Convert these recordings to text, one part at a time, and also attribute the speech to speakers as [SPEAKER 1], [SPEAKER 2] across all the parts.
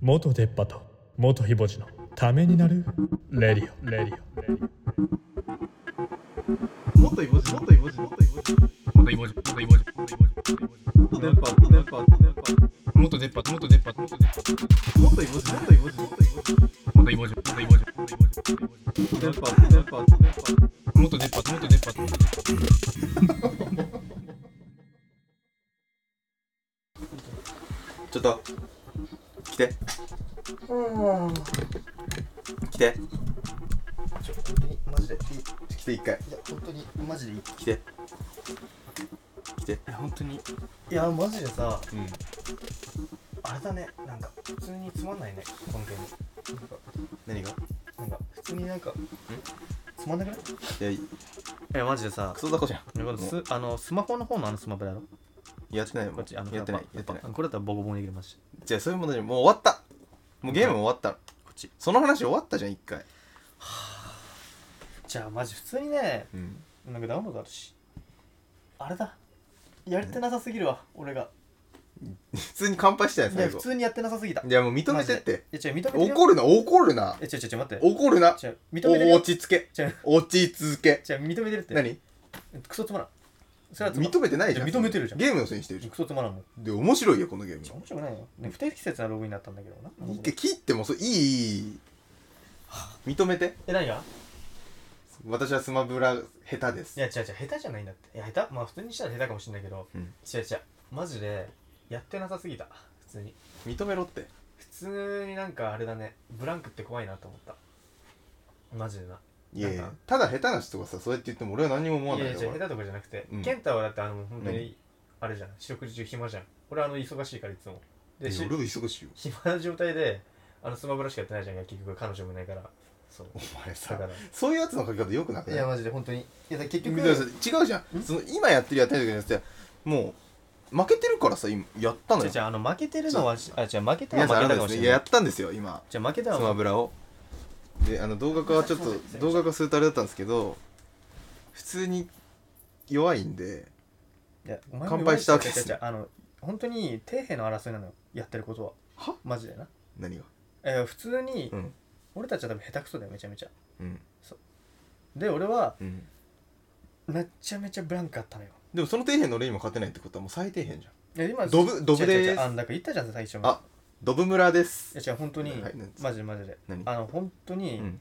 [SPEAKER 1] 元出っ歯と元ひぼじのためになるレディオレディオレディ
[SPEAKER 2] もっといぼじ、もっといぼじ、もっといぼじ。
[SPEAKER 3] 元イボジ、元イボジ、元イボジ、
[SPEAKER 2] もっと電波、もっと電波、もっと電波。
[SPEAKER 3] 元出っ張、元出っ張、元出っ張、
[SPEAKER 2] もっといぼじ、もっといぼじ、もっといぼじ。
[SPEAKER 3] 元イボジ、元イボジ、元イボジ、
[SPEAKER 2] もっと電波、もっと電波、もっと電波。
[SPEAKER 3] 元出っ張、元出っ張、元出っ張。
[SPEAKER 4] ちょっと来て来て
[SPEAKER 5] ちょ本当にマジでいい来て一回いや本当にマジでいい
[SPEAKER 4] 来て
[SPEAKER 3] いや、本当に、
[SPEAKER 5] いやマジでさ
[SPEAKER 4] うん
[SPEAKER 5] あれだねなんか普通につまんないねこのゲームな
[SPEAKER 4] 何
[SPEAKER 5] んか
[SPEAKER 4] が
[SPEAKER 5] なんか普通になんかつまんなくない
[SPEAKER 4] いやい
[SPEAKER 5] いやマジでさ
[SPEAKER 4] クソ雑魚じゃん
[SPEAKER 5] すあのスマホの方のあのスマブラやろ
[SPEAKER 4] やってないも
[SPEAKER 5] こっ
[SPEAKER 4] ん
[SPEAKER 5] ちあの
[SPEAKER 4] やってないやってない
[SPEAKER 5] これだったらボコボコにできますし
[SPEAKER 4] じゃあそういうものにもう終わったもうゲーム終わったこっちその話終わったじゃん一回
[SPEAKER 5] じゃあマジ普通にね
[SPEAKER 4] うん
[SPEAKER 5] なんかダウンロードあるしあれだやれてなさすぎるわ俺が
[SPEAKER 4] 普通に乾杯したやん
[SPEAKER 5] いや
[SPEAKER 4] 最
[SPEAKER 5] 普
[SPEAKER 4] 後
[SPEAKER 5] 通にやってなさすぎた
[SPEAKER 4] いやもう認めてって
[SPEAKER 5] え違う認めて
[SPEAKER 4] 怒
[SPEAKER 5] る
[SPEAKER 4] るな怒るな
[SPEAKER 5] え違う違う違う待って
[SPEAKER 4] 怒るな
[SPEAKER 5] 違う認めてる
[SPEAKER 4] お
[SPEAKER 5] よ
[SPEAKER 4] 落ち着け
[SPEAKER 5] 違う
[SPEAKER 4] 落ち着け
[SPEAKER 5] 違う認めてるって
[SPEAKER 4] 何
[SPEAKER 5] クソつまらんそれはつまらん
[SPEAKER 4] 認めてないじゃん
[SPEAKER 5] いや認めてるじゃん
[SPEAKER 4] ゲームのせいにしてるじ
[SPEAKER 5] クソつまらんもん
[SPEAKER 4] ゃんで面白いよこのゲーム
[SPEAKER 5] 面白くないよ、ね、不適切なログインだったんだけどな
[SPEAKER 4] 一回切ってもそういい認めて
[SPEAKER 5] え何が
[SPEAKER 4] 私はスマブラ下手で
[SPEAKER 5] い
[SPEAKER 4] す
[SPEAKER 5] や違う違う下手じゃないんだっていや下手まあ普通にしたら下手かもしれないけど、
[SPEAKER 4] うん
[SPEAKER 5] 違う違うマジでやってなさすぎた普通に
[SPEAKER 4] 認めろって
[SPEAKER 5] 普通になんかあれだねブランクって怖いなと思ったマジでない
[SPEAKER 4] やい
[SPEAKER 5] なん
[SPEAKER 4] や
[SPEAKER 5] か
[SPEAKER 4] ただ下手な人がさそうやって言っても俺は何も思わ
[SPEAKER 5] い
[SPEAKER 4] ない
[SPEAKER 5] やい
[SPEAKER 4] よ
[SPEAKER 5] や違う下手とかじゃなくて、
[SPEAKER 4] うん
[SPEAKER 5] 健太はだってあの本当
[SPEAKER 4] う
[SPEAKER 5] にあれじゃん四六時中暇じゃん俺あの忙しいからいつも
[SPEAKER 4] 俺
[SPEAKER 5] でし
[SPEAKER 4] いや俺は忙しいよ
[SPEAKER 5] 暇な状態であのスマブラしかやってないじゃん結局彼女もいないからそう
[SPEAKER 4] お前
[SPEAKER 5] だ
[SPEAKER 4] さ
[SPEAKER 5] から
[SPEAKER 4] そういうやつの書き方よくなくない
[SPEAKER 5] マジで本当にいやだ結
[SPEAKER 4] だからさ違うじゃんその今やってるやってない時のやつってもう負けてるからさ今やったの
[SPEAKER 5] じゃ
[SPEAKER 4] よ
[SPEAKER 5] じゃあの負けてるのはあじゃ負けたは
[SPEAKER 4] 皆さ
[SPEAKER 5] 負
[SPEAKER 4] んあれ
[SPEAKER 5] けた
[SPEAKER 4] で
[SPEAKER 5] かも
[SPEAKER 4] すね
[SPEAKER 5] し
[SPEAKER 4] い
[SPEAKER 5] れない
[SPEAKER 4] ややったんですよ今
[SPEAKER 5] じゃ負け
[SPEAKER 4] ス
[SPEAKER 5] た
[SPEAKER 4] マ
[SPEAKER 5] は
[SPEAKER 4] ブラをであの動画化はちょっと動画化するとあれだったんですけど普通に弱いんで
[SPEAKER 5] いやお前
[SPEAKER 4] 乾杯したわけです
[SPEAKER 5] じゃあの本当に底辺の争いなのよやってることは
[SPEAKER 4] は
[SPEAKER 5] マジでな
[SPEAKER 4] 何が
[SPEAKER 5] えー普通に、
[SPEAKER 4] うん
[SPEAKER 5] 俺たちは多分下手くそだよめちゃめちゃ
[SPEAKER 4] うん
[SPEAKER 5] で俺は
[SPEAKER 4] うん
[SPEAKER 5] めちゃめちゃブランクあったのよ
[SPEAKER 4] でもその底辺の俺にも勝てないってことはもう最底辺じゃん
[SPEAKER 5] いや今
[SPEAKER 4] ドブドブ
[SPEAKER 5] 違う違う
[SPEAKER 4] で
[SPEAKER 5] 違
[SPEAKER 4] す
[SPEAKER 5] うあんだから言ったじゃん最初も
[SPEAKER 4] あドブ村です
[SPEAKER 5] いや違う本当に、
[SPEAKER 4] はいなんです
[SPEAKER 5] マジでマジで
[SPEAKER 4] 何
[SPEAKER 5] あの本当に、
[SPEAKER 4] うん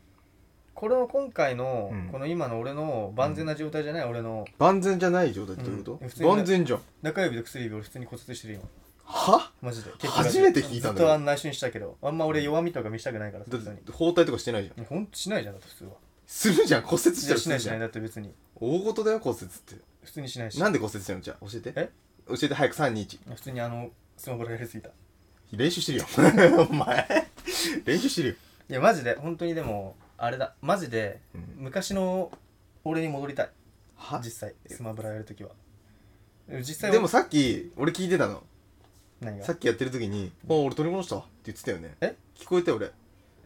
[SPEAKER 5] これの今回の、
[SPEAKER 4] うん
[SPEAKER 5] この今の俺の万全な状態じゃない、俺の
[SPEAKER 4] 万全じゃない状態ってどういうこ
[SPEAKER 5] うん普通
[SPEAKER 4] と
[SPEAKER 5] に
[SPEAKER 4] 万全じゃん
[SPEAKER 5] 中指と薬指俺普通に骨折してる今
[SPEAKER 4] は
[SPEAKER 5] マジで
[SPEAKER 4] 初めて聞いたんだ
[SPEAKER 5] ずっ
[SPEAKER 4] よ
[SPEAKER 5] とあん内緒にしたけどあんま俺弱みとか見せたくないからさ
[SPEAKER 4] だっ
[SPEAKER 5] 普通に
[SPEAKER 4] て包帯とかしてないじゃん
[SPEAKER 5] いやほんとしないじゃんだって普通は
[SPEAKER 4] するじゃん骨折し
[SPEAKER 5] い
[SPEAKER 4] た
[SPEAKER 5] や
[SPEAKER 4] ら
[SPEAKER 5] し
[SPEAKER 4] す
[SPEAKER 5] な
[SPEAKER 4] る
[SPEAKER 5] いし
[SPEAKER 4] じ
[SPEAKER 5] な
[SPEAKER 4] ゃ
[SPEAKER 5] い
[SPEAKER 4] ん
[SPEAKER 5] だって別に
[SPEAKER 4] 大事だよ骨折って
[SPEAKER 5] 普通にしないし
[SPEAKER 4] なんで骨折したのじゃあ教えて
[SPEAKER 5] え
[SPEAKER 4] 教えて早く321
[SPEAKER 5] 普通にあのスマブラやりすぎたい
[SPEAKER 4] 練習してる よお前練習してるよ
[SPEAKER 5] やマジで本当にでもあれだマジで
[SPEAKER 4] うん
[SPEAKER 5] 昔の俺に戻りたい
[SPEAKER 4] は
[SPEAKER 5] 実際スマブラやるときはでも実際
[SPEAKER 4] でもさっき俺聞いてたの
[SPEAKER 5] 何が
[SPEAKER 4] さっきやってる時に「あ俺取り戻したわ」って言ってたよね
[SPEAKER 5] え
[SPEAKER 4] 聞こえたよ俺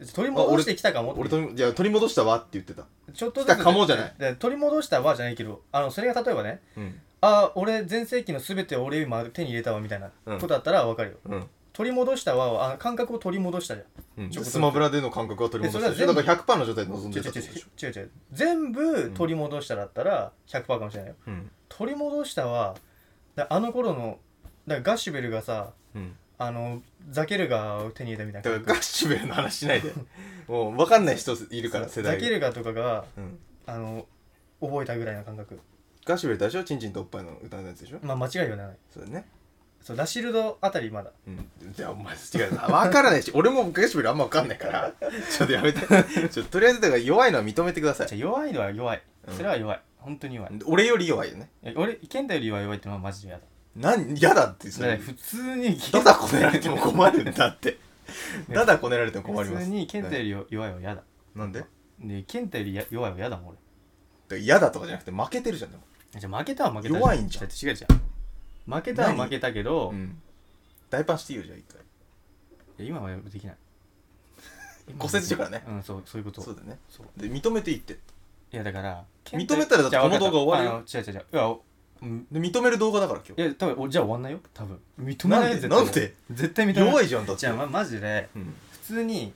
[SPEAKER 5] 取り戻してきたかも
[SPEAKER 4] 俺取りいや取り戻したわって言ってた
[SPEAKER 5] ちょっとず
[SPEAKER 4] 来たかもじゃない
[SPEAKER 5] で取り戻したわじゃないけどあのそれが例えばね
[SPEAKER 4] うん
[SPEAKER 5] あー俺全盛期の全てを俺今手に入れたわみたいな
[SPEAKER 4] うん
[SPEAKER 5] ことだったらわかるよ
[SPEAKER 4] うん
[SPEAKER 5] 取り戻したわはあ感覚を取り戻したじゃん
[SPEAKER 4] うん
[SPEAKER 5] ちょっと
[SPEAKER 4] スマブラでの感覚は取り戻したでし
[SPEAKER 5] えそれ
[SPEAKER 4] ょ
[SPEAKER 5] は全
[SPEAKER 4] だ
[SPEAKER 5] 部
[SPEAKER 4] から100%の状態で臨んで
[SPEAKER 5] 違う違
[SPEAKER 4] た
[SPEAKER 5] う
[SPEAKER 4] ってことでしょ
[SPEAKER 5] 違う違う違う全部取り戻しただったら100%かもしれないよ
[SPEAKER 4] うん
[SPEAKER 5] 取り戻したはだあの頃のだからガッシュベルがさ
[SPEAKER 4] うん
[SPEAKER 5] あのザケルガーを手に入れたみたい
[SPEAKER 4] だ
[SPEAKER 5] な
[SPEAKER 4] からガ
[SPEAKER 5] 感覚
[SPEAKER 4] ッシュベルの話しないでもう分かんない人いるから世
[SPEAKER 5] そうザ
[SPEAKER 4] 代
[SPEAKER 5] ケ
[SPEAKER 4] が
[SPEAKER 5] ルガーとかが
[SPEAKER 4] うん
[SPEAKER 5] あの覚えたぐらいの感覚
[SPEAKER 4] ガッシュベルってあれでしょチンチンとおっぱいの歌のやつでしょ
[SPEAKER 5] まあ間違いはない
[SPEAKER 4] それね
[SPEAKER 5] そうラシルドあたりまだ
[SPEAKER 4] うんじゃあお前違うな分からないし俺もガッシュベルあんま分かんないからちょっとや めてちょっととりあえずだから弱いのは認めてくださ
[SPEAKER 5] じ
[SPEAKER 4] い
[SPEAKER 5] ゃあ弱いのは弱い
[SPEAKER 4] うん
[SPEAKER 5] それは弱い本当に弱い
[SPEAKER 4] 俺より弱いよね
[SPEAKER 5] いや俺健太より弱い弱いってのはマジで嫌だ
[SPEAKER 4] なん嫌だってそ
[SPEAKER 5] だから
[SPEAKER 4] れ
[SPEAKER 5] 普通に
[SPEAKER 4] ただこねられても困るんだって
[SPEAKER 5] ね
[SPEAKER 4] ただこねられても困りま
[SPEAKER 5] 普
[SPEAKER 4] す
[SPEAKER 5] 通に健太より弱弱いは嫌だ
[SPEAKER 4] なんでだか
[SPEAKER 5] で健太よりや弱いは嫌だもん俺
[SPEAKER 4] ら嫌だとかじゃなくて負けてるじゃんでも
[SPEAKER 5] じゃあ負けたは負けた
[SPEAKER 4] 弱いんじゃん
[SPEAKER 5] だって違うじゃん負けたは負けたけど、
[SPEAKER 4] うん大パンしていいよじゃあ一回
[SPEAKER 5] いや今はできない
[SPEAKER 4] 骨折してからね
[SPEAKER 5] うんそうそういうこと
[SPEAKER 4] そうだね
[SPEAKER 5] そう
[SPEAKER 4] で認めていいって
[SPEAKER 5] いやだから
[SPEAKER 4] 認めたらだってこの動画終わるよ
[SPEAKER 5] よ違う違う違ういや
[SPEAKER 4] うんで認める動画だから今日
[SPEAKER 5] いや多分俺じゃあ終わんないよ多分認め
[SPEAKER 4] な
[SPEAKER 5] な
[SPEAKER 4] んで
[SPEAKER 5] いよ絶対
[SPEAKER 4] なんで
[SPEAKER 5] 絶対認めない
[SPEAKER 4] 弱いじゃんだって
[SPEAKER 5] じゃあ、ま、マジで
[SPEAKER 4] うん
[SPEAKER 5] 普通に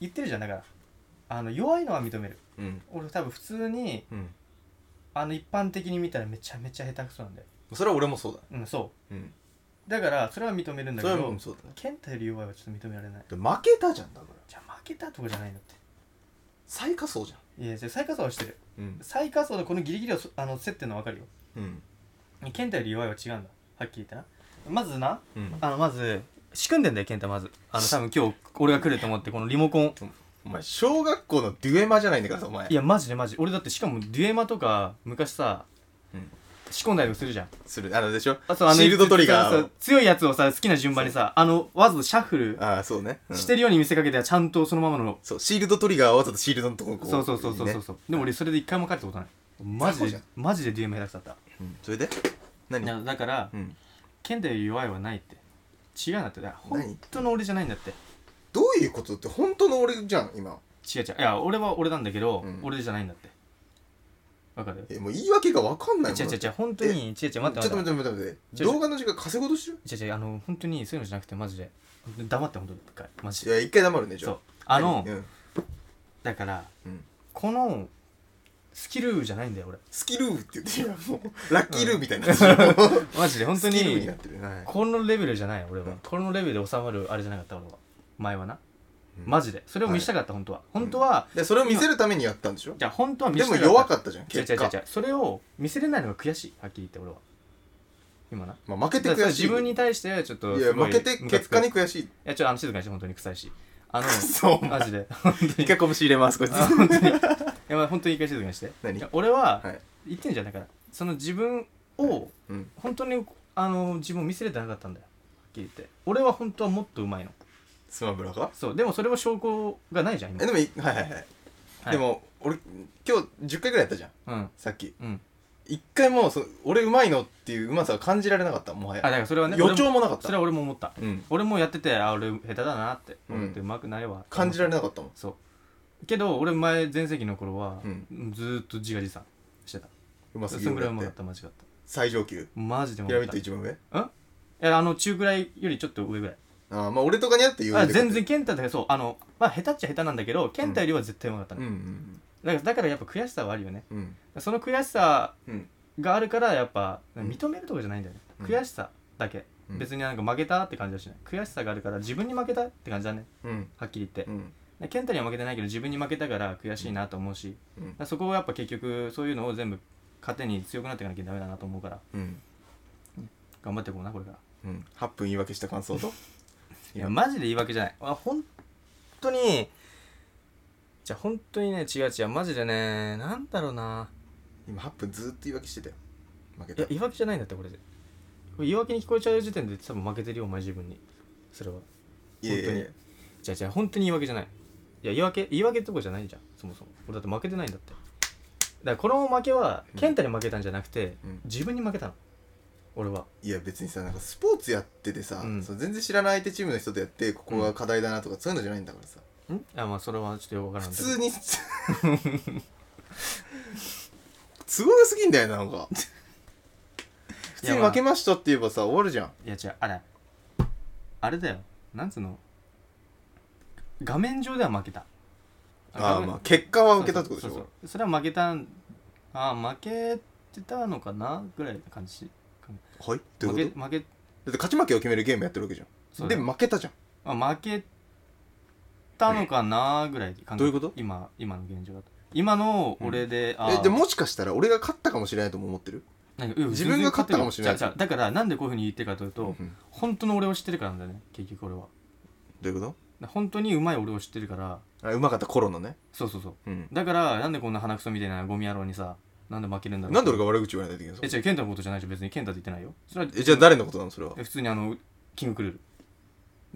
[SPEAKER 5] 言ってるじゃんだからあの弱いのは認める
[SPEAKER 4] うん
[SPEAKER 5] 俺多分普通に
[SPEAKER 4] うん
[SPEAKER 5] あの一般的に見たらめちゃめちゃ下手くそなんだよ
[SPEAKER 4] それは俺もそうだ
[SPEAKER 5] うんそ
[SPEAKER 4] うん
[SPEAKER 5] うだからそれは認めるんだ
[SPEAKER 4] そ
[SPEAKER 5] け
[SPEAKER 4] れは
[SPEAKER 5] ど
[SPEAKER 4] もうそうだね
[SPEAKER 5] 健太より弱いはちょっと認められない
[SPEAKER 4] で負けたじゃんだから
[SPEAKER 5] じゃあ負けたとかじゃないんだって
[SPEAKER 4] 最下層じゃ
[SPEAKER 5] いやじゃあ最下層はしてる
[SPEAKER 4] んうん
[SPEAKER 5] 最下層のこのギリギリをそあの競ってんの分かるよ
[SPEAKER 4] うん
[SPEAKER 5] 健太より弱いは違うんだはっきり言ってなまずな
[SPEAKER 4] うん
[SPEAKER 5] あのまず仕組んでんだよ健太まずあの多分今日俺が来ると思ってこのリモコン
[SPEAKER 4] お前小学校のデュエマじゃないんだからさお前
[SPEAKER 5] いやマジでマジ俺だってしかもデュエマとか昔さ、
[SPEAKER 4] うん
[SPEAKER 5] 仕込んだりとかするじゃん
[SPEAKER 4] するあのでしょ
[SPEAKER 5] あそうあの
[SPEAKER 4] シールドトリガーを
[SPEAKER 5] そうそう強いやつをさ好きな順番にさあのわざとシャッフル
[SPEAKER 4] ああそうねうん
[SPEAKER 5] してるように見せかけてはちゃんとそのままの、
[SPEAKER 4] そうシールドトリガーをわざとシールドのとここ
[SPEAKER 5] そうそうそうそうそう
[SPEAKER 4] ね
[SPEAKER 5] そう、でも俺それで一回も勝ったことないマジ
[SPEAKER 4] そうじ
[SPEAKER 5] で
[SPEAKER 4] ゃん
[SPEAKER 5] マジでデュエマ下手くそだっ
[SPEAKER 4] うんそれで何
[SPEAKER 5] ただだから
[SPEAKER 4] うん
[SPEAKER 5] 健太より弱いはないって違うんだってだから
[SPEAKER 4] 何
[SPEAKER 5] 本当の俺じゃないんだって
[SPEAKER 4] どういうことって本当の俺じゃん今
[SPEAKER 5] 違う違ういや俺は俺なんだけど、
[SPEAKER 4] うん
[SPEAKER 5] 俺じゃないんだってわかる
[SPEAKER 4] えもう言い訳が分かんないもん
[SPEAKER 5] 違う違う違う本当に違う違う待って待って
[SPEAKER 4] ちょっと待って待って待って
[SPEAKER 5] 違う違う
[SPEAKER 4] 動画の時間稼ごうとしてる
[SPEAKER 5] 違う違うあの本当にそういうのじゃなくてマジで黙って本当に一回マジ
[SPEAKER 4] い
[SPEAKER 5] で
[SPEAKER 4] や一回黙るねじゃ
[SPEAKER 5] そう
[SPEAKER 4] あ
[SPEAKER 5] あの、
[SPEAKER 4] うん
[SPEAKER 5] だから、
[SPEAKER 4] うん
[SPEAKER 5] このスキルじゃないんだよ俺
[SPEAKER 4] スキルーって言ってるよもうラッキールーみたいになってる 本
[SPEAKER 5] マジで本当
[SPEAKER 4] スキルーに
[SPEAKER 5] に
[SPEAKER 4] なってるはい
[SPEAKER 5] このレベルじゃない俺は、
[SPEAKER 4] うん
[SPEAKER 5] このレベルで収まるあれじゃなかった俺は前はな、
[SPEAKER 4] うん
[SPEAKER 5] マジでそれを見せたかった、本当は本当は、
[SPEAKER 4] でそれを見せるためにやったんでしょ
[SPEAKER 5] じゃあ本当は見
[SPEAKER 4] で
[SPEAKER 5] せ
[SPEAKER 4] も
[SPEAKER 5] たかった
[SPEAKER 4] 弱かったじゃん
[SPEAKER 5] 違う違
[SPEAKER 4] 結
[SPEAKER 5] う違う
[SPEAKER 4] 果
[SPEAKER 5] 違うそれを見せれないのが悔しいはっきり言って俺は今な
[SPEAKER 4] まあ負けて
[SPEAKER 5] だから
[SPEAKER 4] 悔しい
[SPEAKER 5] 自分に対してちょっと
[SPEAKER 4] い
[SPEAKER 5] す
[SPEAKER 4] や
[SPEAKER 5] ごい
[SPEAKER 4] 負けて
[SPEAKER 5] ムカ
[SPEAKER 4] 結
[SPEAKER 5] つく
[SPEAKER 4] 果に悔しい
[SPEAKER 5] いやちょっとあの静かにして本当に臭いしあの
[SPEAKER 4] そう
[SPEAKER 5] マ ジで本当に
[SPEAKER 4] 一回拳入れますこいつ
[SPEAKER 5] あ本当にいやまあ本当に一回静かにして
[SPEAKER 4] 何
[SPEAKER 5] いや俺は
[SPEAKER 4] はい
[SPEAKER 5] 言ってんじゃんだからその自分
[SPEAKER 4] は
[SPEAKER 5] を
[SPEAKER 4] うん
[SPEAKER 5] 本当にあの自分を見せれてなかったんだよはっきり言って俺は本当はもっと上手いの
[SPEAKER 4] スマブラか
[SPEAKER 5] そうでもそれは証拠がないじゃん
[SPEAKER 4] え
[SPEAKER 5] 今
[SPEAKER 4] でもいはいはいはい
[SPEAKER 5] はい
[SPEAKER 4] でも俺今日10回ぐらいやったじゃん
[SPEAKER 5] うん
[SPEAKER 4] さっき
[SPEAKER 5] うん
[SPEAKER 4] 一回もその俺うまいのっていううまさが感じられなかったもは
[SPEAKER 5] あだ
[SPEAKER 4] や
[SPEAKER 5] からそれはね
[SPEAKER 4] 予兆
[SPEAKER 5] 俺
[SPEAKER 4] もなかっ
[SPEAKER 5] それ
[SPEAKER 4] た
[SPEAKER 5] は俺も思った
[SPEAKER 4] うん
[SPEAKER 5] 俺もやっててあ俺下手だなって
[SPEAKER 4] うん
[SPEAKER 5] 思って上手くなれば
[SPEAKER 4] 感じられなかったもん
[SPEAKER 5] そうけど俺前前世紀の頃は
[SPEAKER 4] うん
[SPEAKER 5] ずーっと自画自賛してた
[SPEAKER 4] うます
[SPEAKER 5] そ
[SPEAKER 4] ぎる
[SPEAKER 5] んぐらい
[SPEAKER 4] 俺
[SPEAKER 5] うま
[SPEAKER 4] だっ
[SPEAKER 5] かってたマジだった
[SPEAKER 4] 最上級
[SPEAKER 5] マジでうま
[SPEAKER 4] ピラ
[SPEAKER 5] かっ
[SPEAKER 4] ミッ
[SPEAKER 5] た
[SPEAKER 4] ド一番上
[SPEAKER 5] いやあの中くらいよりちょっと上ぐらい
[SPEAKER 4] ああまあ俺とかにあって言う
[SPEAKER 5] あ
[SPEAKER 4] んだけど
[SPEAKER 5] 全然健太だけどそうあのまあ下手っちゃ下手なんだけど健太よりは絶対うまかった
[SPEAKER 4] う
[SPEAKER 5] ね、
[SPEAKER 4] ん
[SPEAKER 5] だからだからやっぱ悔しさはあるよね
[SPEAKER 4] うんうん
[SPEAKER 5] その悔しさ
[SPEAKER 4] うん
[SPEAKER 5] があるからやっぱ
[SPEAKER 4] ん
[SPEAKER 5] 認めるとかじゃないんだよね、
[SPEAKER 4] うん
[SPEAKER 5] 悔しさだけ、
[SPEAKER 4] うん
[SPEAKER 5] 別になんか負けたって感じはしない悔しさがあるから自分に負けたって感じだね
[SPEAKER 4] うん
[SPEAKER 5] はっきり言って、
[SPEAKER 4] うん
[SPEAKER 5] で健太には負けてないけど自分に負けたから悔しいなと思うし、
[SPEAKER 4] うん
[SPEAKER 5] だからそこをやっぱ結局そういうのを全部糧に強くなっていかなきゃダメだなと思うから
[SPEAKER 4] うん
[SPEAKER 5] 頑張っていこうなこれから
[SPEAKER 4] うん8分言い訳した感想と
[SPEAKER 5] いやマジで言い訳じゃないあ本当にじゃあ本当にね違う違うマジでねなんだろうな
[SPEAKER 4] 今8分ずーっと言い訳してたよ負け
[SPEAKER 5] い
[SPEAKER 4] た
[SPEAKER 5] や言い訳じゃないんだってこれでこれ言い訳に聞こえちゃう時点で多分負けてるよお前自分にそれはい
[SPEAKER 4] やいやいや
[SPEAKER 5] じゃあじゃあ本当に言い訳じゃないいや言い訳言い訳ってとこじゃないじゃんそもそも俺だって負けてないんだってだからこの負けは健太に負けたんじゃなくて、
[SPEAKER 4] うん
[SPEAKER 5] 自分に負けたの俺はい
[SPEAKER 4] や別にさなんかスポーツやっててさ、
[SPEAKER 5] うん
[SPEAKER 4] その全然知らない相手チームの人とやってここが課題だなとか、そういうのじゃないんだからさ
[SPEAKER 5] んあまあそれはちょっとよくわか
[SPEAKER 4] 普
[SPEAKER 5] らんけど
[SPEAKER 4] 通に都合がすぎんだよななんか普通に負けましたって言えばさ終わるじゃん
[SPEAKER 5] いや違うあれあれだよなんつうの画面上では負けた
[SPEAKER 4] ああ
[SPEAKER 5] 画面
[SPEAKER 4] まあ結果は受けたってことでしょ
[SPEAKER 5] そうそうそうそれは負けたんああ負けてたのかなぐらいな感じ
[SPEAKER 4] はいどう
[SPEAKER 5] 負
[SPEAKER 4] い
[SPEAKER 5] け
[SPEAKER 4] うこと
[SPEAKER 5] 負け
[SPEAKER 4] だって勝ち負けを決めるゲームやってるわけじゃ
[SPEAKER 5] そ
[SPEAKER 4] ん
[SPEAKER 5] うだ
[SPEAKER 4] で
[SPEAKER 5] よ
[SPEAKER 4] 負けたじゃん
[SPEAKER 5] あ負けたのかなぐらい感
[SPEAKER 4] どういうこと
[SPEAKER 5] 今今の現状だと今の俺で、あ
[SPEAKER 4] えでもしかしたら俺が勝ったかもしれないとも思ってる
[SPEAKER 5] なんかうん
[SPEAKER 4] 自分が勝ったかもしれない
[SPEAKER 5] 全然勝ってるよじゃあじゃあだからなんでこういうふうに言ってるかというと、
[SPEAKER 4] うん
[SPEAKER 5] 本当の俺を知ってるからなんだよね結局俺は
[SPEAKER 4] どういうこ
[SPEAKER 5] 本当にうまい俺を知ってるから
[SPEAKER 4] とあうまかった頃のね、
[SPEAKER 5] そうそうそ
[SPEAKER 4] う
[SPEAKER 5] う
[SPEAKER 4] ん、
[SPEAKER 5] だからなんでこんな鼻くそみたいなゴミ野郎にさなんで負けるんだろう
[SPEAKER 4] なんで俺が悪口言われないといけない
[SPEAKER 5] え
[SPEAKER 4] の
[SPEAKER 5] 違う健太のことじゃないじゃん別に健太って言ってないよそれは
[SPEAKER 4] えじゃあ誰のことなのそれは
[SPEAKER 5] え普通にあのキングクルー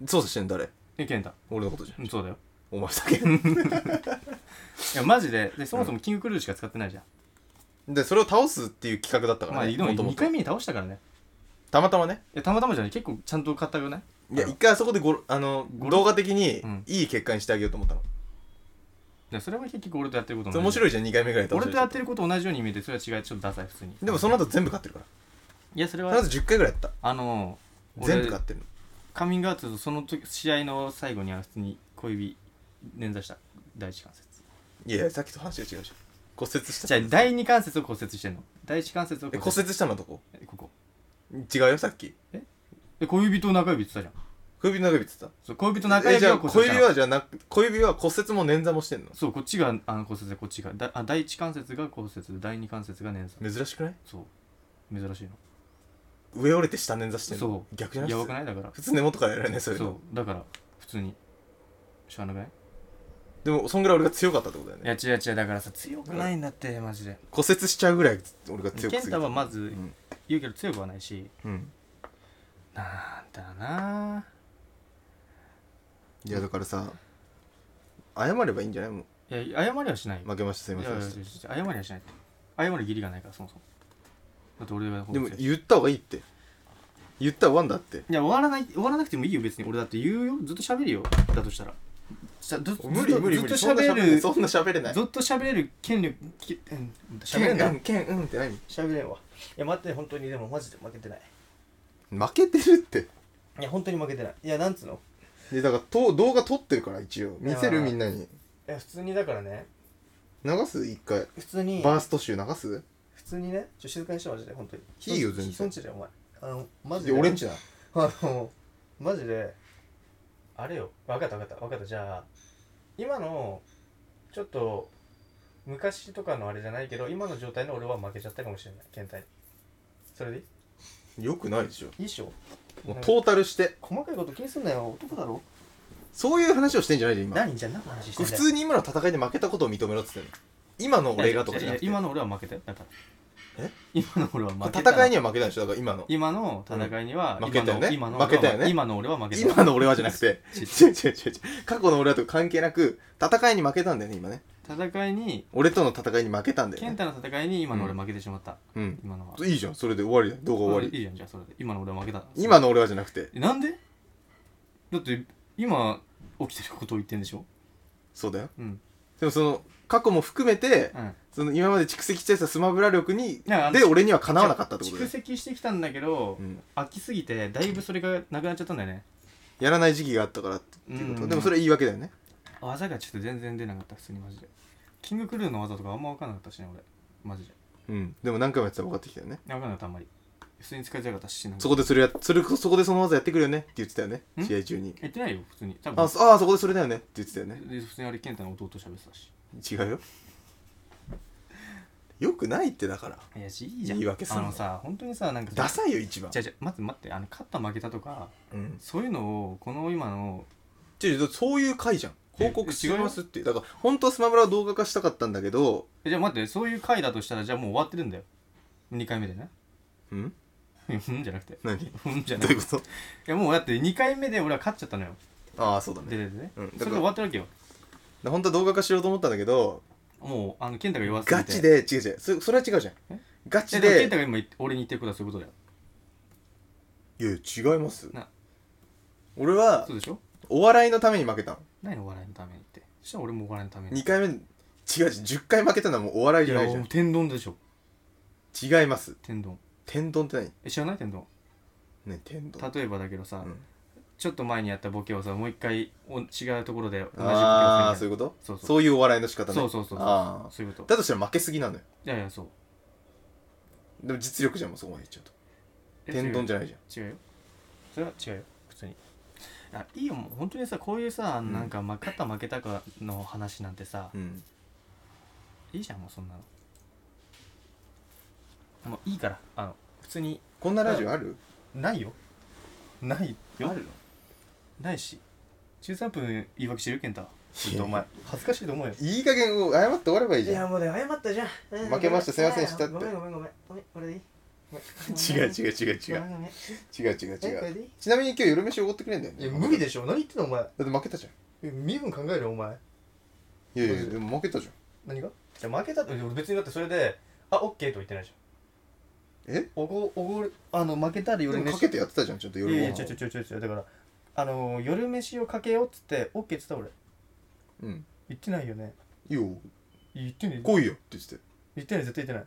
[SPEAKER 5] ル
[SPEAKER 4] 操作してんの誰
[SPEAKER 5] え健太
[SPEAKER 4] 俺のことじゃん
[SPEAKER 5] うんそうだよ
[SPEAKER 4] お前だけ
[SPEAKER 5] いやマジででそもそもキングクルールしか使ってないじゃん、
[SPEAKER 4] でそれを倒すっていう企画だったか
[SPEAKER 5] まあ
[SPEAKER 4] ら、
[SPEAKER 5] で
[SPEAKER 4] ね、
[SPEAKER 5] も
[SPEAKER 4] もとも
[SPEAKER 5] 2
[SPEAKER 4] と
[SPEAKER 5] 回目に倒したからね
[SPEAKER 4] たまたまね
[SPEAKER 5] いやたまたまじゃない結構ちゃんと買ったよね
[SPEAKER 4] いや一回あそこでごあの
[SPEAKER 5] ご
[SPEAKER 4] 動画的に
[SPEAKER 5] うん
[SPEAKER 4] いい結果にしてあげようと思ったの、
[SPEAKER 5] いやそれは結局俺とやってること
[SPEAKER 4] それ面
[SPEAKER 5] い
[SPEAKER 4] 白いじゃん2回目ぐらい倒し
[SPEAKER 5] 俺
[SPEAKER 4] て
[SPEAKER 5] とやってること同じように見えてそれは違いちょっとダサい普通に
[SPEAKER 4] でもその後全部勝ってるから
[SPEAKER 5] いやそれ
[SPEAKER 4] と
[SPEAKER 5] は
[SPEAKER 4] りあえず10回ぐらいやった
[SPEAKER 5] あの俺
[SPEAKER 4] 全部買ってるの
[SPEAKER 5] カミングアウトとその時試合の最後には普通に小指捻挫した第一関節
[SPEAKER 4] いやいやさっきと話が違うでしょ骨折した
[SPEAKER 5] じゃあ第二関節を骨折してんの第一関節を
[SPEAKER 4] え骨折したのどこ
[SPEAKER 5] えここ
[SPEAKER 4] 違うよさっき
[SPEAKER 5] え小指と中指って言ってたじゃん
[SPEAKER 4] 小指の中指って言って
[SPEAKER 5] そう小指と
[SPEAKER 4] た
[SPEAKER 5] 中
[SPEAKER 4] えじ
[SPEAKER 5] 指
[SPEAKER 4] ゃ
[SPEAKER 5] を
[SPEAKER 4] あ
[SPEAKER 5] 骨折
[SPEAKER 4] 小
[SPEAKER 5] した
[SPEAKER 4] 指
[SPEAKER 5] の
[SPEAKER 4] はじゃあな小指は骨折も捻挫もしてんの
[SPEAKER 5] そうこっちがあの骨折でこっちがだあ第一関節が骨折で第二関節が捻挫
[SPEAKER 4] 珍しくない
[SPEAKER 5] そう珍しいの
[SPEAKER 4] 上折れて下捻挫してんの
[SPEAKER 5] そう
[SPEAKER 4] 逆じゃない
[SPEAKER 5] やばくないだから
[SPEAKER 4] 普通根元からやらねそういう
[SPEAKER 5] そ
[SPEAKER 4] の
[SPEAKER 5] うだから普通にしゃあなくない
[SPEAKER 4] でもそんぐらい俺が強かったってことだよ
[SPEAKER 5] い
[SPEAKER 4] ね
[SPEAKER 5] や違う違うだからさ強くないんだってマジで
[SPEAKER 4] 骨折しちゃうぐらい俺が強く
[SPEAKER 5] 健太はまず
[SPEAKER 4] ん
[SPEAKER 5] 言うけど強くはないし
[SPEAKER 4] うん
[SPEAKER 5] なんだろうない
[SPEAKER 4] やだからさ謝ればいいんじゃないも
[SPEAKER 5] いや謝りはしないよ
[SPEAKER 4] う負けましたすいま
[SPEAKER 5] い
[SPEAKER 4] せ
[SPEAKER 5] やい
[SPEAKER 4] ん
[SPEAKER 5] や
[SPEAKER 4] で
[SPEAKER 5] いや
[SPEAKER 4] し
[SPEAKER 5] 謝りはしないって謝る義理がないからそもそもだって俺が
[SPEAKER 4] たでも
[SPEAKER 5] い
[SPEAKER 4] 言った方がいいって言ったらワンだって
[SPEAKER 5] や終わらない終わらなくてもいいよ別に俺だって言うよずっと喋るよだとしたらじゃずずっと
[SPEAKER 4] 無理無理無理
[SPEAKER 5] ずっと喋る
[SPEAKER 4] そんな喋れない
[SPEAKER 5] ずっと喋れる権力きうん喋れんだ
[SPEAKER 4] けんうんって何
[SPEAKER 6] 喋れんわいや待って本当にでもマジで負けてない
[SPEAKER 4] 負けてるって
[SPEAKER 6] いや本当に負けてないいやなんつうの
[SPEAKER 4] でだからと動画撮ってるから一応見せ
[SPEAKER 6] い
[SPEAKER 4] る
[SPEAKER 6] やー
[SPEAKER 4] みんなに
[SPEAKER 6] いや普通にだからね
[SPEAKER 4] 流す一回
[SPEAKER 6] 普通に
[SPEAKER 4] バースト集流す
[SPEAKER 6] 普通にねちょ静かにしてマジで本当に
[SPEAKER 4] いいよ全然
[SPEAKER 6] そんちでお前あのマジ
[SPEAKER 4] で
[SPEAKER 6] で
[SPEAKER 4] 俺んちだ
[SPEAKER 6] あのマジであれよ分かった分かった分かったじゃあ今のちょっと昔とかのあれじゃないけど今の状態の俺は負けちゃったかもしれない健太にそれでいい
[SPEAKER 4] よくないでしょ
[SPEAKER 6] いいっしょ
[SPEAKER 4] もうトータルして
[SPEAKER 6] 細かいこと気にすんなよ男だろ
[SPEAKER 4] そういう話をしてんじゃないで今
[SPEAKER 6] 何じゃあ何の話して
[SPEAKER 4] 普
[SPEAKER 6] んだよ
[SPEAKER 4] 通に今の戦いで負けたことを認めろっつってんの今の俺がとかじゃなくて
[SPEAKER 5] 今の俺は負けたよだから
[SPEAKER 4] え
[SPEAKER 5] 今の俺は負けたの
[SPEAKER 4] 戦いには負けたんでしょだから今の
[SPEAKER 5] 今の戦いには、
[SPEAKER 4] うん負けたよね
[SPEAKER 5] 今の今の
[SPEAKER 4] 負けたよね
[SPEAKER 5] 今の俺は負けた
[SPEAKER 4] 今の俺はじゃなくて
[SPEAKER 5] ち
[SPEAKER 4] 違う違う違う違う過去の俺らと関係なく戦いに負けたんだよね今ね
[SPEAKER 5] 戦いに
[SPEAKER 4] 俺との戦いに負けたんだよ
[SPEAKER 5] 健
[SPEAKER 4] ね
[SPEAKER 5] 太の戦いに今の俺負けてしまった、
[SPEAKER 4] うん
[SPEAKER 5] 今のはい
[SPEAKER 4] いじゃんそれで終わりだよ動画終わ
[SPEAKER 5] い
[SPEAKER 4] り
[SPEAKER 5] いじゃんじゃあそれで今の俺は負けた
[SPEAKER 4] 今の俺はじゃなくて
[SPEAKER 5] えなんでだって今起きてることを言ってんでしょ
[SPEAKER 4] そうだよ
[SPEAKER 5] うん
[SPEAKER 4] でもその過去も含めて
[SPEAKER 5] うん
[SPEAKER 4] その今まで蓄積してたスマブラ力に
[SPEAKER 5] やあの
[SPEAKER 4] で俺にはかなわなかったってことだ
[SPEAKER 5] 蓄
[SPEAKER 4] よ
[SPEAKER 5] 積してきたんだけど、
[SPEAKER 4] うん
[SPEAKER 5] 飽きすぎてだいぶそれがなくなっちゃったんだよね
[SPEAKER 4] やらない時期があったからっていうこ
[SPEAKER 5] う
[SPEAKER 4] と
[SPEAKER 5] ん
[SPEAKER 4] でもそれは言い訳だよね
[SPEAKER 5] 技がちょっと全然出なかった普通にマジでキングクルーの技とかあんま分かんなかったしね俺マジで
[SPEAKER 4] うんでも何回もやってたら分かってきたよね
[SPEAKER 5] 分かんなかったあんまり普通に使いづらかったしなんか
[SPEAKER 4] そこでそれやそれそこでその技やってくるよねって言ってたよね
[SPEAKER 5] ん
[SPEAKER 4] 試合中に
[SPEAKER 5] 言ってないよ普通に多分
[SPEAKER 4] あそあーそこでそれだよねって言ってたよね
[SPEAKER 5] で普通にあれ健太の弟喋ってたし
[SPEAKER 4] 違うよよくないってだから
[SPEAKER 5] いやしいいじゃん
[SPEAKER 4] 言い訳すん
[SPEAKER 5] あ
[SPEAKER 4] の
[SPEAKER 5] のさ本当にさなんか
[SPEAKER 4] ダサいよ一番
[SPEAKER 5] じゃじゃ待って待ってあの勝った負けたとか
[SPEAKER 4] うん
[SPEAKER 5] そういうのをこの今の
[SPEAKER 4] 違う違うそういう回じゃん報告し
[SPEAKER 5] え違うよ
[SPEAKER 4] ますってだから本当はスマブラを動画化したかったんだけど
[SPEAKER 5] えじゃあ待ってそういう回だとしたらじゃあもう終わってるんだよ2回目でね
[SPEAKER 4] うん
[SPEAKER 5] うんじゃなくて
[SPEAKER 4] 何ど
[SPEAKER 5] うんじゃ
[SPEAKER 4] う
[SPEAKER 5] なく
[SPEAKER 4] い
[SPEAKER 5] て
[SPEAKER 4] う
[SPEAKER 5] い
[SPEAKER 4] こと
[SPEAKER 5] やもうだって2回目で俺は勝っちゃったのよ
[SPEAKER 4] ああそうだね
[SPEAKER 5] でででね、
[SPEAKER 4] うんだから
[SPEAKER 5] それで終わってるわけよ
[SPEAKER 4] で本当は動画化しようと思ったんだけど
[SPEAKER 5] もうあの健太が弱すぎて
[SPEAKER 4] ガチで違う違うそそれは違うじゃん
[SPEAKER 5] え
[SPEAKER 4] ガ
[SPEAKER 5] いや
[SPEAKER 4] チ
[SPEAKER 5] でも
[SPEAKER 4] で
[SPEAKER 5] 健太が今言って俺に言ってることはそういうことだよ
[SPEAKER 4] いやいや違います
[SPEAKER 5] な
[SPEAKER 4] 俺は
[SPEAKER 5] そうでしょ
[SPEAKER 4] お笑いのために負けたの
[SPEAKER 5] 何のお笑いのためにってそしたら俺もお笑いのために
[SPEAKER 4] 2回目違う違う10回負けたのはもうお笑い
[SPEAKER 5] い
[SPEAKER 4] じゃ
[SPEAKER 5] や
[SPEAKER 4] ない
[SPEAKER 5] もう天丼でしょ
[SPEAKER 4] じゃん違います
[SPEAKER 5] 天丼
[SPEAKER 4] 天丼って何
[SPEAKER 5] え知らない天丼
[SPEAKER 4] ね天丼
[SPEAKER 5] 例えばだけどさ、
[SPEAKER 4] うん
[SPEAKER 5] ちょっと前にやったボケをさもう一回お違うところで同じボケをするみたい
[SPEAKER 4] あ
[SPEAKER 5] な
[SPEAKER 4] あそういうこと
[SPEAKER 5] そうそう
[SPEAKER 4] そういうお笑いの仕方ね
[SPEAKER 5] そうそうそう
[SPEAKER 4] あ
[SPEAKER 5] そ
[SPEAKER 4] あ
[SPEAKER 5] うそういうこと
[SPEAKER 4] だとしたら負けすぎなのよ
[SPEAKER 5] いやいやそう
[SPEAKER 4] でも実力じゃんもうそこまでいっちゃうと天丼じ
[SPEAKER 5] ゃ
[SPEAKER 4] ゃないじゃん
[SPEAKER 5] 違うよそれは違うよ普通にあいいよもう本当にさこういうさ
[SPEAKER 4] ん
[SPEAKER 5] なんかま勝った負けたかの話なんてさ、
[SPEAKER 4] うん
[SPEAKER 5] いいじゃんもうそんなのもういいからあの普通に
[SPEAKER 4] こんなラジオある
[SPEAKER 5] ないよないよ
[SPEAKER 4] あるの
[SPEAKER 5] ないし13分言い訳してる健太ちょっ
[SPEAKER 4] いや
[SPEAKER 5] とお前恥ずかしいと思うよ
[SPEAKER 4] いい加減を謝って終わればいい
[SPEAKER 6] い
[SPEAKER 4] じゃ
[SPEAKER 6] や
[SPEAKER 4] ん
[SPEAKER 6] もうね謝ったじゃんうん
[SPEAKER 4] 負けましたすいませんしたって
[SPEAKER 6] ごめんごめんごめんごめんこれでいいごめん
[SPEAKER 4] 違う違う違う違
[SPEAKER 6] ごめ
[SPEAKER 4] うん
[SPEAKER 6] ごめん
[SPEAKER 4] 違う違う
[SPEAKER 6] えこ
[SPEAKER 4] 違
[SPEAKER 6] れ
[SPEAKER 4] う
[SPEAKER 6] でいい
[SPEAKER 4] ちなみに今日夜飯おごってくれんだよ
[SPEAKER 6] い
[SPEAKER 4] ね
[SPEAKER 6] や無理でしょ何言ってんのお前
[SPEAKER 4] だって負けたじゃん
[SPEAKER 6] え身分考えろお前
[SPEAKER 4] いやいやでも負けたじゃん
[SPEAKER 6] 何がじゃあ負けたって俺別にだってそれであオッケーとは言ってないじゃん
[SPEAKER 4] え
[SPEAKER 6] おごおごるあの負けたら
[SPEAKER 4] で
[SPEAKER 6] 夜
[SPEAKER 4] も
[SPEAKER 6] 飯
[SPEAKER 4] かけてやってたじゃんちょっと夜
[SPEAKER 5] い
[SPEAKER 4] ご
[SPEAKER 5] やい
[SPEAKER 4] 飯
[SPEAKER 5] や
[SPEAKER 4] を
[SPEAKER 5] ちょちょちょちょちょだからあのー夜飯をかけようっつってオッケーっつった俺
[SPEAKER 4] うん
[SPEAKER 6] 言ってないよね
[SPEAKER 4] いいよ
[SPEAKER 6] 言ってない
[SPEAKER 4] 来いよって言ってたよ
[SPEAKER 6] 言ってない絶対言ってない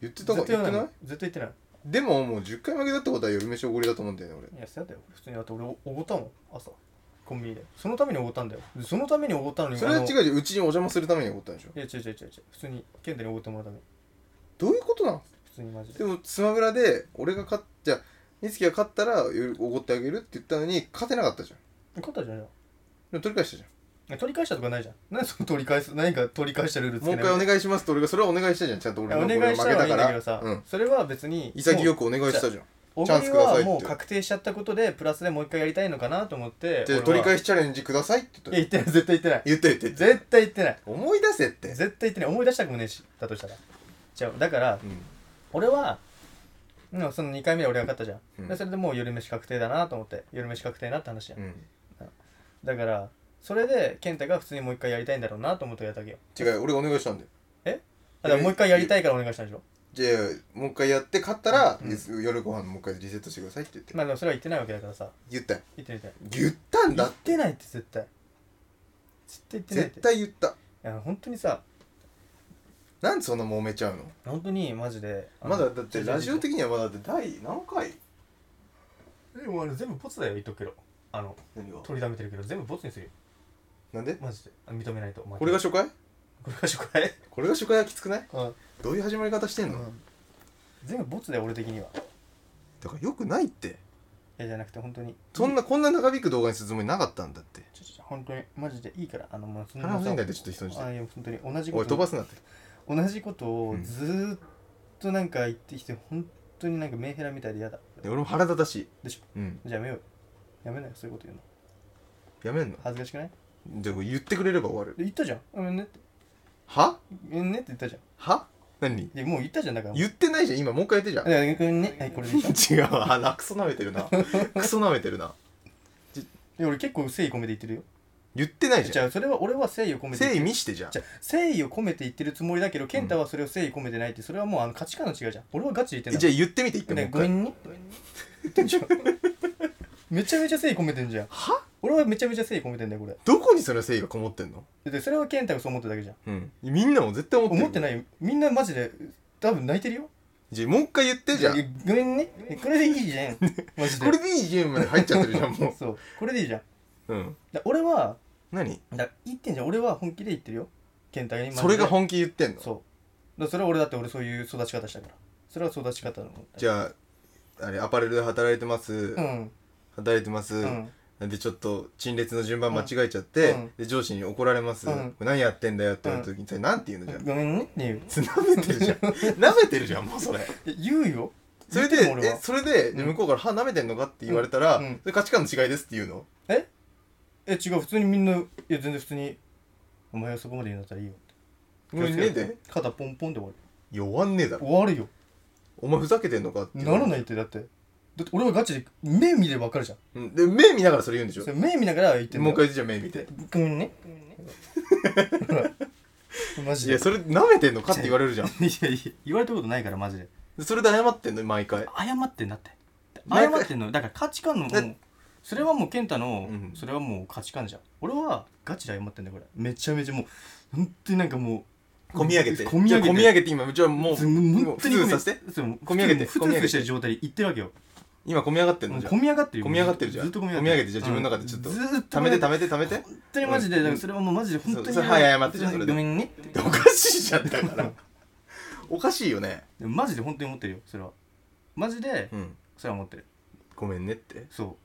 [SPEAKER 4] 言ってた
[SPEAKER 6] 絶
[SPEAKER 4] か
[SPEAKER 6] 対
[SPEAKER 4] 言
[SPEAKER 6] 言
[SPEAKER 4] っ
[SPEAKER 6] わ
[SPEAKER 4] て
[SPEAKER 6] な
[SPEAKER 4] ない
[SPEAKER 6] い絶対言ってない
[SPEAKER 4] でももう10回負けたってことは夜飯おごりだと思うんだよね俺
[SPEAKER 5] いやそうだよ普通にだって俺おごったもん朝コンビニでそのためにおごったんだよでそのためにおごったのに
[SPEAKER 4] それは違
[SPEAKER 5] う
[SPEAKER 4] うようちにお邪魔するためにおごったんでしょ
[SPEAKER 5] いや違う違う違う違う普通に健太におごってもらうために
[SPEAKER 4] どういうことなん
[SPEAKER 5] 普通にマジで
[SPEAKER 4] でもスマブラで俺が勝っじゃあ美月が勝ったら夜おごってあげるって言ったのに勝てなかったじゃん
[SPEAKER 5] 勝ったじゃんじゃ
[SPEAKER 4] でも取り返したじゃん
[SPEAKER 5] あ取り返したとかないじゃん何その取り返す何か取り返したルールつ
[SPEAKER 4] もう
[SPEAKER 5] け
[SPEAKER 4] 一
[SPEAKER 5] な
[SPEAKER 4] 回お
[SPEAKER 5] い
[SPEAKER 4] 願いしますって俺がそれはお願いしたじゃんちゃんと俺
[SPEAKER 5] いや
[SPEAKER 4] の
[SPEAKER 5] お
[SPEAKER 4] 俺
[SPEAKER 5] 願い
[SPEAKER 4] が
[SPEAKER 5] し
[SPEAKER 4] 負
[SPEAKER 5] た
[SPEAKER 4] けだか
[SPEAKER 5] らいいんだけ
[SPEAKER 4] ら
[SPEAKER 5] どさ、
[SPEAKER 4] うん
[SPEAKER 5] それは別に
[SPEAKER 4] 潔くお願いしたじゃん
[SPEAKER 5] お
[SPEAKER 4] チャン
[SPEAKER 5] ご
[SPEAKER 4] ス
[SPEAKER 5] り
[SPEAKER 4] くださいっ
[SPEAKER 5] は
[SPEAKER 4] て
[SPEAKER 5] もう確定しちゃったことでプラスでもう一回やりたいのかなと思って
[SPEAKER 4] で取り返
[SPEAKER 5] し
[SPEAKER 4] しチャレンジくださいって
[SPEAKER 5] いや
[SPEAKER 4] 言っ
[SPEAKER 5] 言ってない絶対言ってない
[SPEAKER 4] た言って言って言って
[SPEAKER 5] 絶対言ってない
[SPEAKER 4] 思い出せって
[SPEAKER 5] 絶対言ってない思い出したくもねえしだとしたらじゃあだから
[SPEAKER 4] うん
[SPEAKER 5] 俺はうんその2回目で俺が勝ったじゃん、
[SPEAKER 4] うん
[SPEAKER 5] でそれでもう夜飯確定だなと思って夜飯確定なって話じゃん、
[SPEAKER 4] うん
[SPEAKER 5] だからそれで健太が普通にもう一回やりたいんだろうなと思ってやったわけよ
[SPEAKER 4] 違うよ俺がお願いしたんだよ
[SPEAKER 5] だからもう一回やりたいからお願いしたんでしょ
[SPEAKER 4] じゃあもう一回やって勝ったら、
[SPEAKER 5] うん
[SPEAKER 4] ゆ夜ご飯もう一回リセットしてくださいって言って、
[SPEAKER 5] まあでもそれは言ってないわけだからさ
[SPEAKER 4] 言ったよ
[SPEAKER 5] 言ってない言って
[SPEAKER 4] 言ったん
[SPEAKER 5] ない言
[SPEAKER 4] だ
[SPEAKER 5] ってないって絶対絶対言ってないって
[SPEAKER 4] 絶対言った
[SPEAKER 5] いや本当にさ
[SPEAKER 4] なんでそんな揉めちゃうの
[SPEAKER 5] 本当にマジであの
[SPEAKER 4] まだだって
[SPEAKER 5] 全然
[SPEAKER 4] ラジオ的にはまだだって第何回
[SPEAKER 5] でもあれ全部ボツだよ言っとくけどあの
[SPEAKER 4] 何が
[SPEAKER 5] 取りだめてるけど全部ボツにするよ
[SPEAKER 4] なんで
[SPEAKER 5] マジであ認めないと
[SPEAKER 4] これが
[SPEAKER 5] こ
[SPEAKER 4] 初回
[SPEAKER 5] れが初回
[SPEAKER 4] これが初回はきつくない
[SPEAKER 5] うん
[SPEAKER 4] ど ういう始まり方してんの、
[SPEAKER 5] 全部ボツだよ俺的には
[SPEAKER 4] だからよくないって
[SPEAKER 5] いやじゃなくて本当に
[SPEAKER 4] そんなこんな長引く動画にするつもりなかったんだって
[SPEAKER 5] ちょちょちょ本当にマジでいいからあのもうそん
[SPEAKER 4] 話
[SPEAKER 5] さ
[SPEAKER 4] せんだってちょっと人にして
[SPEAKER 5] あいや本当に同じ
[SPEAKER 4] お
[SPEAKER 5] こ
[SPEAKER 4] い飛ば
[SPEAKER 5] と
[SPEAKER 4] すなって
[SPEAKER 5] 同じことをずーっとなんか言ってきて本当になんかメンヘラみたいで嫌だ
[SPEAKER 4] で俺も腹立たしい
[SPEAKER 5] でし
[SPEAKER 4] うん
[SPEAKER 5] じゃあやめようよやめないよそういうこと言うの
[SPEAKER 4] やめんの
[SPEAKER 5] 恥ずかしくない
[SPEAKER 4] で言ってくれれば終わる
[SPEAKER 5] で言ったじゃんごめんねって
[SPEAKER 4] は
[SPEAKER 5] ごめんねって言ったじゃん
[SPEAKER 4] は何
[SPEAKER 5] でもう言ったじゃんだから
[SPEAKER 4] 言ってないじゃん今もう一回やってじゃん
[SPEAKER 5] いやごめんねはいこれでいいじゃ
[SPEAKER 4] 違
[SPEAKER 5] ん
[SPEAKER 4] うわあクソ舐めてるなクソ舐めてるな
[SPEAKER 5] で俺結構誠意込めて言ってるよ
[SPEAKER 4] 言ってないじ
[SPEAKER 5] じ
[SPEAKER 4] ゃん
[SPEAKER 5] ゃあそれは俺は誠意を込めて言っ
[SPEAKER 4] 誠
[SPEAKER 5] て
[SPEAKER 4] 意
[SPEAKER 5] る
[SPEAKER 4] 見してじゃん
[SPEAKER 5] じゃあ誠意を込めて言ってるつもりだけど健太はそれを誠意込めてないってそれはもうあの価値観の違いじゃん俺はガチで言ってん
[SPEAKER 4] え
[SPEAKER 5] だ
[SPEAKER 4] じゃあ言ってみて一回もう
[SPEAKER 5] ね
[SPEAKER 4] 一
[SPEAKER 5] ごめ
[SPEAKER 4] 回
[SPEAKER 5] んねめちゃめちゃ誠意込めてんじゃん
[SPEAKER 4] は
[SPEAKER 5] 俺はめちゃめちゃ誠意込めてんだよこれ
[SPEAKER 4] どこにその誠意がこもってんの
[SPEAKER 5] だってそれは健太がそう思ってるだけじゃん
[SPEAKER 4] うんみんなも絶対思ってる
[SPEAKER 5] 思ってないよみんなマジで多分泣いてるよ
[SPEAKER 4] じゃあもう一回言ってじゃあ
[SPEAKER 5] えごめんねえこれでいい じゃんマジで
[SPEAKER 4] これでいいゲームまで入っちゃってるじゃんも
[SPEAKER 5] そうこれでいいじゃん
[SPEAKER 4] ううん
[SPEAKER 5] だ俺は
[SPEAKER 4] 何
[SPEAKER 5] だ言ってんじゃん俺は本気で言ってるよ健太が今
[SPEAKER 4] それが本気言ってんの
[SPEAKER 5] そうだそれは俺だって俺そういう育ち方したからそれは育ち方の
[SPEAKER 4] じゃああれアパレルで働いてます
[SPEAKER 5] うん
[SPEAKER 4] 働いてます
[SPEAKER 5] うん
[SPEAKER 4] でちょっと陳列の順番間違えちゃって、
[SPEAKER 5] うん
[SPEAKER 4] で上司に怒られます、
[SPEAKER 5] うん
[SPEAKER 4] これ何やってんだよってなった時に、それなんて言うのじゃん
[SPEAKER 5] ごめんねって言う
[SPEAKER 4] つなめてる じゃん舐めてるじゃんもうそれ
[SPEAKER 5] え言うよ
[SPEAKER 4] それで
[SPEAKER 5] 言っても俺
[SPEAKER 4] え
[SPEAKER 5] は
[SPEAKER 4] それで
[SPEAKER 5] うん
[SPEAKER 4] で向こうから「歯舐めてんのか?」って言われたら、
[SPEAKER 5] うんうん
[SPEAKER 4] それ価値観の違いですって言うの
[SPEAKER 5] え違う普通にみんないや全然普通にお前はそこまで言うんだったらいいよ
[SPEAKER 4] もうねで
[SPEAKER 5] 肩ポンポンで終わ
[SPEAKER 4] 弱んねえだ
[SPEAKER 5] る
[SPEAKER 4] ろ
[SPEAKER 5] 終わるよ
[SPEAKER 4] お前ふざけてんのかって
[SPEAKER 5] ならない
[SPEAKER 4] い、
[SPEAKER 5] ってだってだって俺はガチで目見れば分かるじゃん
[SPEAKER 4] うん、で目見ながらそれ言うんでし
[SPEAKER 5] それ
[SPEAKER 4] ょ
[SPEAKER 5] 目見ながら言ってんだ
[SPEAKER 4] もう
[SPEAKER 5] よ
[SPEAKER 4] 一回じゃあ目見て
[SPEAKER 5] ごめ んねマジ
[SPEAKER 4] い
[SPEAKER 5] で
[SPEAKER 4] やそれ舐めてんのかって言われるじゃん
[SPEAKER 5] いやいや言われたことないからマジで
[SPEAKER 4] でそれで謝ってんの毎回
[SPEAKER 5] 謝ってんだって謝
[SPEAKER 4] 毎回
[SPEAKER 5] ってんのだから価値観のも
[SPEAKER 4] だ
[SPEAKER 5] うそれはもう健太の、
[SPEAKER 4] うん
[SPEAKER 5] それはもう価値観じゃん俺はガチで謝ってんだよこれめちゃめちゃもう本当になんかもう
[SPEAKER 4] 込み上げて
[SPEAKER 5] 込み上げ
[SPEAKER 4] じゃあ
[SPEAKER 5] て
[SPEAKER 4] 込み上げて今じゃあもう
[SPEAKER 5] 本当に
[SPEAKER 4] 普通させて
[SPEAKER 5] 込
[SPEAKER 4] 込み上げて
[SPEAKER 5] ふつ
[SPEAKER 4] 込み
[SPEAKER 5] ふ
[SPEAKER 4] 上げ
[SPEAKER 5] つ
[SPEAKER 4] て
[SPEAKER 5] してる状態で言ってるわけよ
[SPEAKER 4] 今込み上がってん
[SPEAKER 5] もう
[SPEAKER 4] のじゃん
[SPEAKER 5] 込み上がってるよ
[SPEAKER 4] 込み上がってるじゃん
[SPEAKER 5] ずっと込み上げて
[SPEAKER 4] 込み上げてじゃあ自分の中でちょっと
[SPEAKER 5] うんずーっと
[SPEAKER 4] 貯めて貯
[SPEAKER 5] 本
[SPEAKER 4] めて貯めて
[SPEAKER 5] 当にマジで、
[SPEAKER 4] うん
[SPEAKER 5] だからそれはもうマジで本当に
[SPEAKER 4] そうそれはい謝ってじゃあそれで
[SPEAKER 5] ごめんね
[SPEAKER 4] おかしいじゃんだから おかしいよね
[SPEAKER 5] でもマジで本当に思ってるよそれはマジで
[SPEAKER 4] うん
[SPEAKER 5] それは思ってる
[SPEAKER 4] ごめんねって
[SPEAKER 5] そう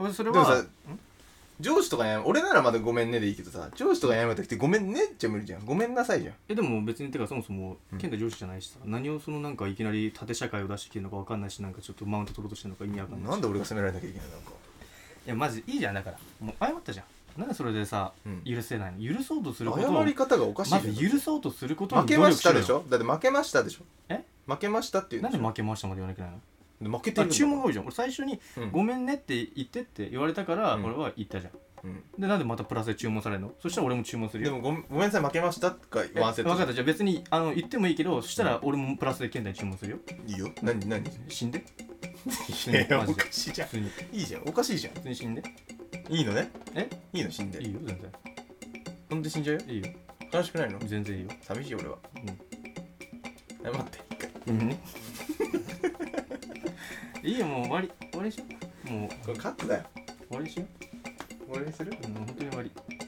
[SPEAKER 5] 俺それ
[SPEAKER 4] で
[SPEAKER 5] は
[SPEAKER 4] もさ上司とかに謝俺ならまだごめんねでいいけどさ上司とかに謝るときってごめんねじゃ無理じゃんごめんなさいじゃん
[SPEAKER 5] えでも別にてかそもそも
[SPEAKER 4] うん
[SPEAKER 5] 健太上司じゃないしさ、何をそのなんかいきなり縦社会を出してきてるのかわかんないしなんかちょっとマウント取ろうとしてるのか意味わかんないし
[SPEAKER 4] なんで俺が責められなきゃいけないのなんか
[SPEAKER 5] いやマジいいじゃんだからもう謝ったじゃんなんでそれでさ、
[SPEAKER 4] うん
[SPEAKER 5] 許せないの許そうとすることを
[SPEAKER 4] 謝り方がおかしい
[SPEAKER 5] ま
[SPEAKER 4] じゃん
[SPEAKER 5] ず許そうとすること
[SPEAKER 4] 負
[SPEAKER 5] に
[SPEAKER 4] け
[SPEAKER 5] 努
[SPEAKER 4] ま
[SPEAKER 5] 力
[SPEAKER 4] し
[SPEAKER 5] しろ
[SPEAKER 4] た
[SPEAKER 5] よ
[SPEAKER 4] でしょだって負けましたでしょ
[SPEAKER 5] え
[SPEAKER 4] 負けましたっていう
[SPEAKER 5] なん
[SPEAKER 4] で
[SPEAKER 5] で負けましたまで言わなきゃいけない
[SPEAKER 4] 負けてるん
[SPEAKER 5] のあ
[SPEAKER 4] だ
[SPEAKER 5] 注文が多いじゃん俺最初に
[SPEAKER 4] う
[SPEAKER 5] 「
[SPEAKER 4] ん
[SPEAKER 5] ごめんね」って言ってって言われたから
[SPEAKER 4] うん
[SPEAKER 5] 俺は言ったじゃん、
[SPEAKER 4] うん
[SPEAKER 5] でなんでまたプラスで注文されるのそしたら俺も注文する
[SPEAKER 4] で
[SPEAKER 5] よ
[SPEAKER 4] もごめんごめんなさい負けましたか
[SPEAKER 5] え
[SPEAKER 4] ワンセット
[SPEAKER 5] 分かったじゃあ別にあの言ってもいいけどそしたら俺もプラスで健太に注文するよ
[SPEAKER 4] いいよ何何
[SPEAKER 5] 死んで
[SPEAKER 4] い
[SPEAKER 5] んでマジで
[SPEAKER 4] しいじゃ
[SPEAKER 5] 普通に普
[SPEAKER 4] んいいじゃんおかしいじゃ
[SPEAKER 5] 通に死んで
[SPEAKER 4] んいいのね
[SPEAKER 5] え
[SPEAKER 4] いいの死んで
[SPEAKER 5] いいよ全然
[SPEAKER 4] ほんで死んじゃうよ
[SPEAKER 5] いいよ
[SPEAKER 4] 悲しくないの
[SPEAKER 5] 全然いいよ
[SPEAKER 4] 寂しい俺は
[SPEAKER 5] うん
[SPEAKER 4] 謝って
[SPEAKER 5] うんねいいよもう終わり終わりにしようもう終
[SPEAKER 4] これカットだよ
[SPEAKER 5] わりにしよ
[SPEAKER 4] 俺にする
[SPEAKER 5] うもう本当に終わり